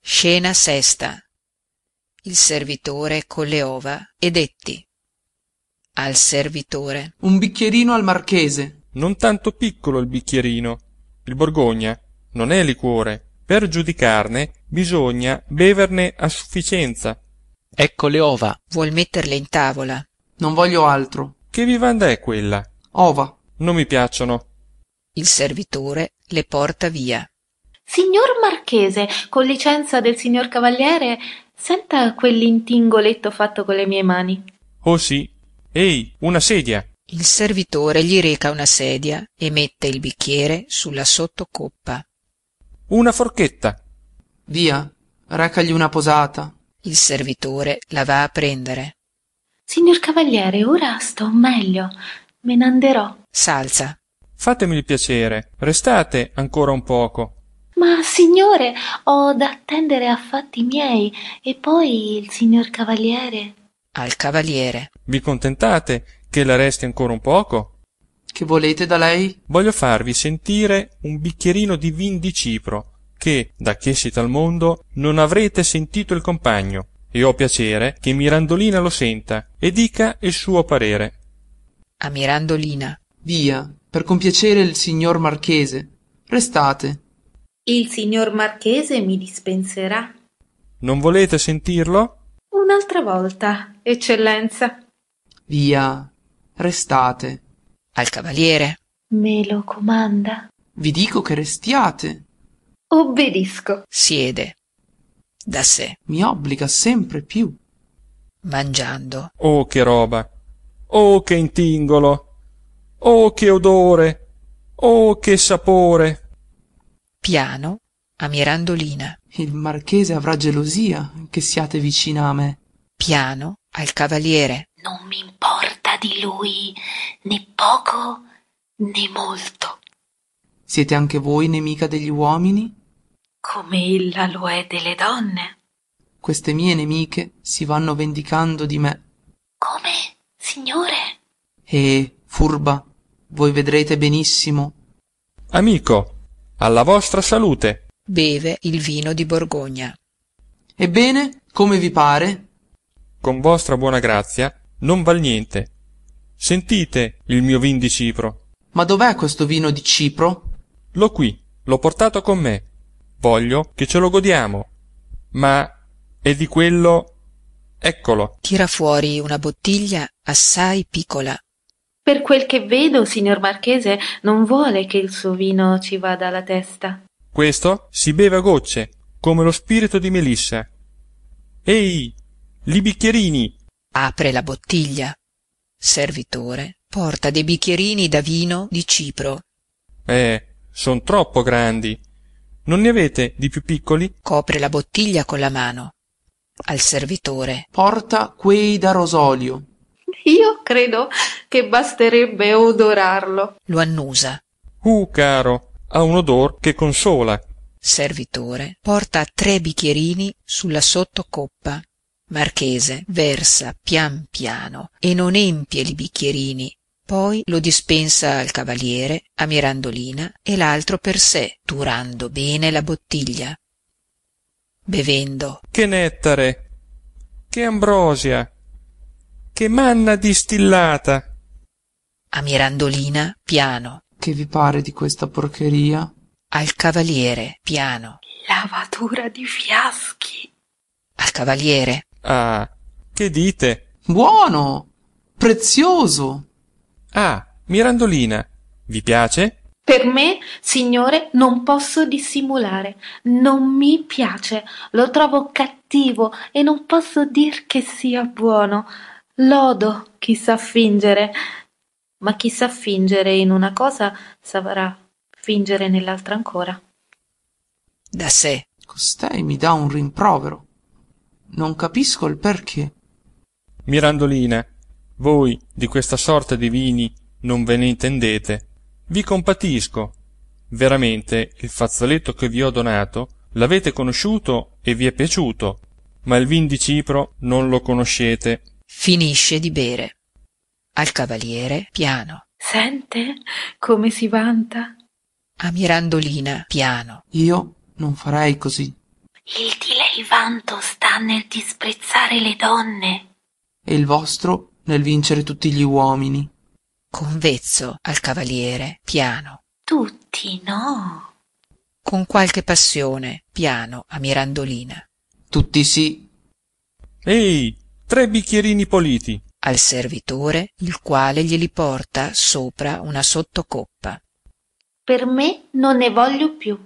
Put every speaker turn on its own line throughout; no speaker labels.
scena sesta il servitore con le ova e detti al servitore
un bicchierino al marchese
non tanto piccolo il bicchierino il borgogna non è liquore per giudicarne bisogna beverne a sufficienza
ecco le ova
vuol metterle in tavola
non voglio altro
che vivanda è quella
ova
non mi piacciono
il servitore le porta via
signor marchese con licenza del signor cavaliere senta quell'intingoletto fatto con le mie mani
oh sì ehi una sedia
il servitore gli reca una sedia e mette il bicchiere sulla sottocoppa
una forchetta
via recagli una posata
il servitore la va a prendere
signor cavaliere ora sto meglio me n'anderò
s'alza
fatemi il piacere restate ancora un poco
ma signore ho d'attendere a fatti miei e poi il signor cavaliere
al cavaliere
vi contentate che la resti ancora un poco
che volete da lei
voglio farvi sentire un bicchierino di vin di cipro che da che siete al mondo non avrete sentito il compagno e ho piacere che mirandolina lo senta e dica il suo parere
a mirandolina
via per compiacere il signor marchese restate
il signor marchese mi dispenserà
non volete sentirlo
un'altra volta eccellenza
via restate
al cavaliere
me lo comanda
vi dico che restiate
obbedisco
siede da sé
mi obbliga sempre più
mangiando
oh che roba oh che intingolo oh che odore oh che sapore
piano a mirandolina
il marchese avrà gelosia che siate vicina a me
piano al cavaliere
non m'importa di lui né poco né molto
siete anche voi nemica degli uomini
come ella lo è delle donne
queste mie nemiche si vanno vendicando di me
come signore
eh furba voi vedrete benissimo
amico alla vostra salute
beve il vino di borgogna
ebbene come vi pare
con vostra buona grazia non val niente sentite il mio vin di cipro
ma dov'è questo vino di cipro
l'ho qui l'ho portato con me voglio che ce lo godiamo ma è di quello eccolo
tira fuori una bottiglia assai piccola
per quel che vedo, signor Marchese, non vuole che il suo vino ci vada alla testa.
Questo si beve a gocce, come lo spirito di Melissa. Ehi, li bicchierini!
Apre la bottiglia. Servitore, porta dei bicchierini da vino di Cipro.
Eh, son troppo grandi. Non ne avete di più piccoli?
Copre la bottiglia con la mano. Al servitore.
Porta quei da rosolio.
Io credo che basterebbe odorarlo.
Lo annusa.
Uh, caro, ha un odor che consola.
Servitore porta tre bicchierini sulla sottocoppa. Marchese versa pian piano e non empie i bicchierini. Poi lo dispensa al cavaliere, a Mirandolina e l'altro per sé, turando bene la bottiglia. Bevendo.
Che nettare! Che ambrosia! che manna distillata
a mirandolina piano
che vi pare di questa porcheria
al cavaliere piano
lavatura di fiaschi
al cavaliere
ah che dite
buono prezioso
ah mirandolina vi piace
per me signore non posso dissimulare non mi piace lo trovo cattivo e non posso dir che sia buono Lodo chi sa fingere, ma chi sa fingere in una cosa saprà fingere nell'altra ancora.
Da sé.
Costei mi dà un rimprovero. Non capisco il perché.
Mirandolina, voi di questa sorta di vini non ve ne intendete. Vi compatisco. Veramente il fazzoletto che vi ho donato l'avete conosciuto e vi è piaciuto, ma il vin di Cipro non lo conoscete
finisce di bere. Al cavaliere piano.
Sente come si vanta?
A Mirandolina piano.
Io non farei così.
Il diletto cui vanto sta nel disprezzare le donne
e il vostro nel vincere tutti gli uomini.
convezzo al cavaliere piano
tutti no
con qualche passione piano a mirandolina
Tutti sì,
Ehi, tre bicchierini politi.
al servitore il quale glieli porta sopra una sottocoppa
per me non ne voglio più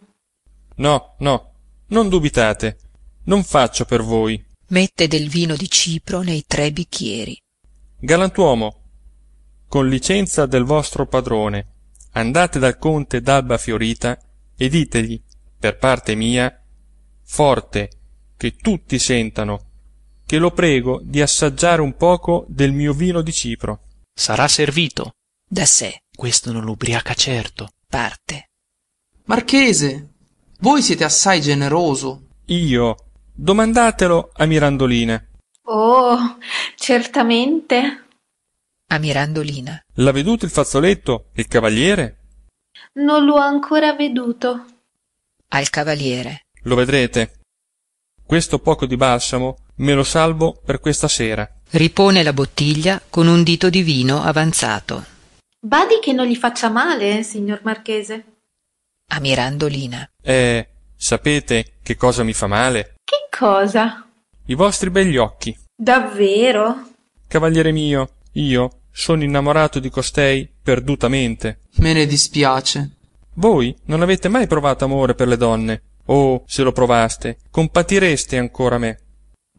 No, no, non dubitate. Non faccio per voi.
mette del vino di cipro nei tre bicchieri
Galantuomo, con licenza del vostro padrone, andate dal conte d'Alba Fiorita e ditegli, per parte mia, forte, che tutti sentano, che lo prego di assaggiare un poco del mio vino di Cipro.
Sarà servito.
da sé
Questo non l'ubriaca certo.
parte
Marchese, voi siete assai generoso.
Io, domandatelo a Mirandolina.
oh certamente
a mirandolina
L'ha veduto il fazzoletto, il cavaliere?
non l'ho ancora veduto
al cavaliere
Lo vedrete. Questo poco di balsamo me lo salvo per questa sera.
ripone la bottiglia con un dito di vino avanzato
badi che non gli faccia male signor marchese
a mirandolina
Eh, sapete che cosa mi fa male?
che cosa
I vostri begli occhi.
davvero
Cavaliere mio, io sono innamorato di costei perdutamente.
Me ne dispiace.
Voi non avete mai provato amore per le donne. O, se lo provaste, compatireste ancora me.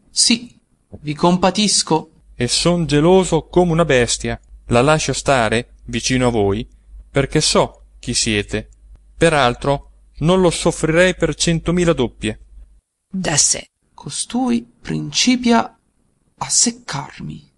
Sì, vi compatisco.
E son geloso come una bestia. La lascio stare vicino a voi, perché so chi siete. Peraltro, non lo soffrirei per centomila doppie.
da sé
Costui principia a seccarmi.